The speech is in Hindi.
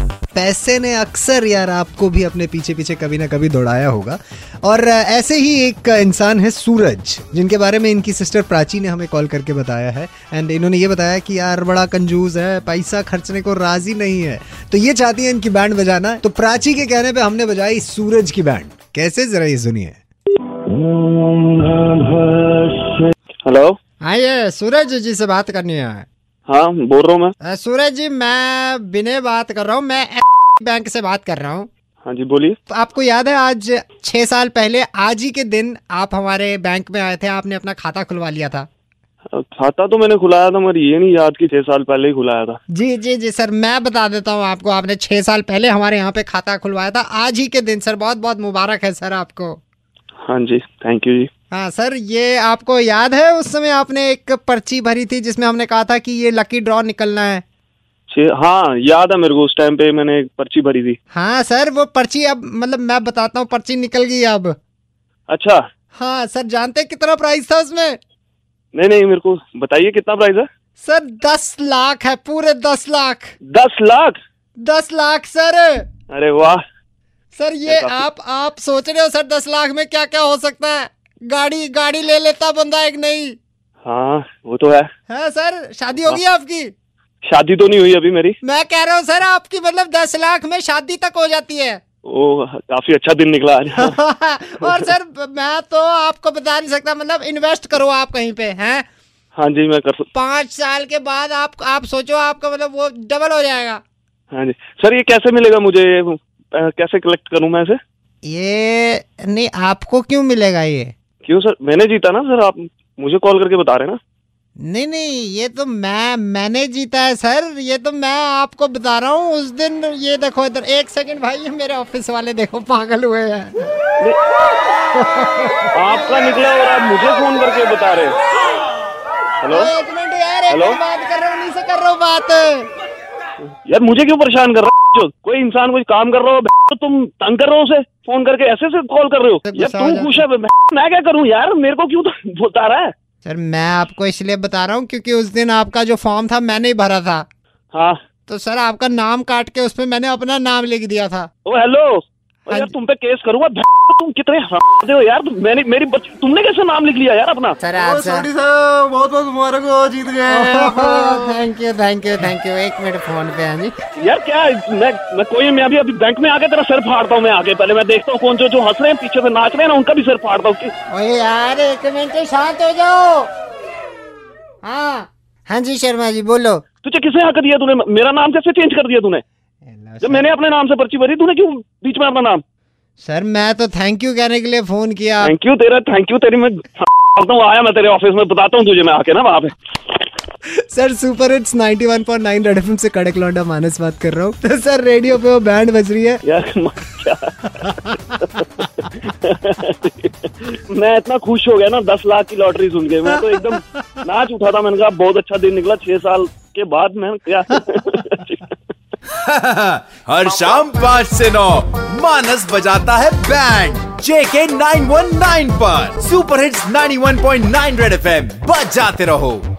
पैसे ने अक्सर यार आपको भी अपने पीछे पीछे कभी ना कभी दौड़ाया होगा और अ, ऐसे ही एक अ, इंसान है सूरज जिनके बारे में इनकी सिस्टर प्राची ने हमें कॉल करके बताया है एंड इन्होंने ये बताया कि यार बड़ा कंजूस है पैसा खर्चने को राजी नहीं है तो ये चाहती है इनकी बैंड बजाना तो प्राची के कहने पे हमने बजाई सूरज की बैंड कैसे जरा ये सुनिए हेलो हाँ ये सूरज जी से बात करनी है हाँ बोल रहा हूँ मैं अ, सूरज जी मैं विनय बात कर रहा हूँ मैं बैंक से बात कर रहा हूँ हाँ जी बोलिए तो आपको याद है आज छह साल पहले आज ही के दिन आप हमारे बैंक में आए थे आपने अपना खाता खुलवा लिया था खाता तो मैंने खुलाया था मगर ये नहीं याद कि छह साल पहले ही खुलाया था जी जी जी सर मैं बता देता हूँ आपको आपने छह साल पहले हमारे यहाँ पे खाता खुलवाया था आज ही के दिन सर बहुत बहुत मुबारक है सर आपको हाँ जी थैंक यू जी हाँ सर ये आपको याद है उस समय आपने एक पर्ची भरी थी जिसमें हमने कहा था कि ये लकी ड्रॉ निकलना है छह हाँ याद है मेरे को उस टाइम पे मैंने एक पर्ची भरी थी हाँ सर वो पर्ची अब मतलब मैं बताता हूँ पर्ची निकल गई अब अच्छा हाँ सर जानते हैं कितना प्राइस था उसमें नहीं नहीं मेरे को बताइए कितना प्राइस है सर दस लाख है पूरे दस लाख दस लाख दस लाख सर अरे वाह सर ये काफी- आप आप सोच रहे हो सर दस लाख में क्या क्या हो सकता है गाड़ी गाड़ी ले लेता बंदा एक नहीं हाँ वो तो है है सर शादी होगी आपकी शादी तो नहीं हुई अभी मेरी मैं कह रहा हूँ सर आपकी मतलब दस लाख में शादी तक हो जाती है ओ काफी अच्छा दिन निकला हाँ। आज और सर मैं तो आपको बता नहीं सकता मतलब इन्वेस्ट करो आप कहीं पे हैं हाँ जी मैं कर सक- पाँच साल के बाद आप आप सोचो आपका मतलब वो डबल हो जाएगा हाँ जी सर ये कैसे मिलेगा मुझे ये अ, कैसे कलेक्ट करूँ मैं इसे ये नहीं आपको क्यों मिलेगा ये क्यों सर मैंने जीता ना सर आप मुझे कॉल करके बता रहे हैं ना नहीं नहीं ये तो मैं मैंने जीता है सर ये तो मैं आपको बता रहा हूँ उस दिन ये देखो इधर एक सेकंड भाई ये मेरे ऑफिस वाले देखो पागल हुए हैं आपका निकला और आप मुझे फोन करके बता रहे हैं हेलो एक मिनट यार एक हेलो? मिनट बात कर रहा हूँ उन्हीं से कर रहा हूँ बात यार मुझे क्यों परेशान कर रहा हो कोई इंसान कोई काम कर रहा हो तो तुम तंग कर रहे हो उसे फोन करके ऐसे से कॉल कर रहे हो गुस्सा आ यार तू जाता खुश है मैं क्या करूं यार मेरे को क्यों तो बता रहा है सर मैं आपको इसलिए बता रहा हूँ क्योंकि उस दिन आपका जो फॉर्म था मैंने ही भरा था हाँ तो सर आपका नाम काट के उसमें मैंने अपना नाम लिख दिया था ओ हेलो हाँ ओ यार जी। तुम पे केस करूंगा भैं- तुम कितने हरामजादे हो यार तुम- मैंने मेरी बच- तुमने कैसे नाम लिख लिया यार अपना सर आप सॉरी सर बहुत बहुत मुबारक हो जीत गए thank you thank you thank you एक मिनट फोन पे हैं जी यार क्या है? मैं मैं कोई मैं अभी अभी बैंक में आके तेरा सिर फाड़ता हूँ मैं आगे पहले मैं देखता हूँ कौन जो जो हंस रहे हैं पीछे से नाच रहे हैं ना उनका भी सिर फाड़ता हूँ कि- ओए यार एक मिनट शांत हो जाओ हाँ हाँ जी शर्मा जी बोलो तुझे किसने हक दिया तूने मेरा नाम कैसे चेंज कर दिया तूने जब मैंने अपने नाम से पर्ची भरी तूने क्यों बीच में अपना नाम सर मैं तो थैंक यू कहने के लिए फोन किया थैंक यू तेरा थैंक यू तेरी मैं करता हूँ आया मैं तेरे ऑफिस में बताता हूँ तुझे मैं आके ना वहाँ पे sir super hits 91.9 red FM से कड़क लौंडा मानस बात कर रहा हूँ तो सर रेडियो पे वो बैंड बज रही है यार म- क्या? मैं इतना खुश हो गया ना दस लाख की लॉटरी सुन के मैं तो एकदम नाच उठा था मैंने कहा बहुत अच्छा दिन निकला छह साल के बाद मैं क्या हर शाम पाँच से नौ मानस बजाता है band JK nine one nine पर सुपर हिट्स 91.9 रेड एफएम बजाते रहो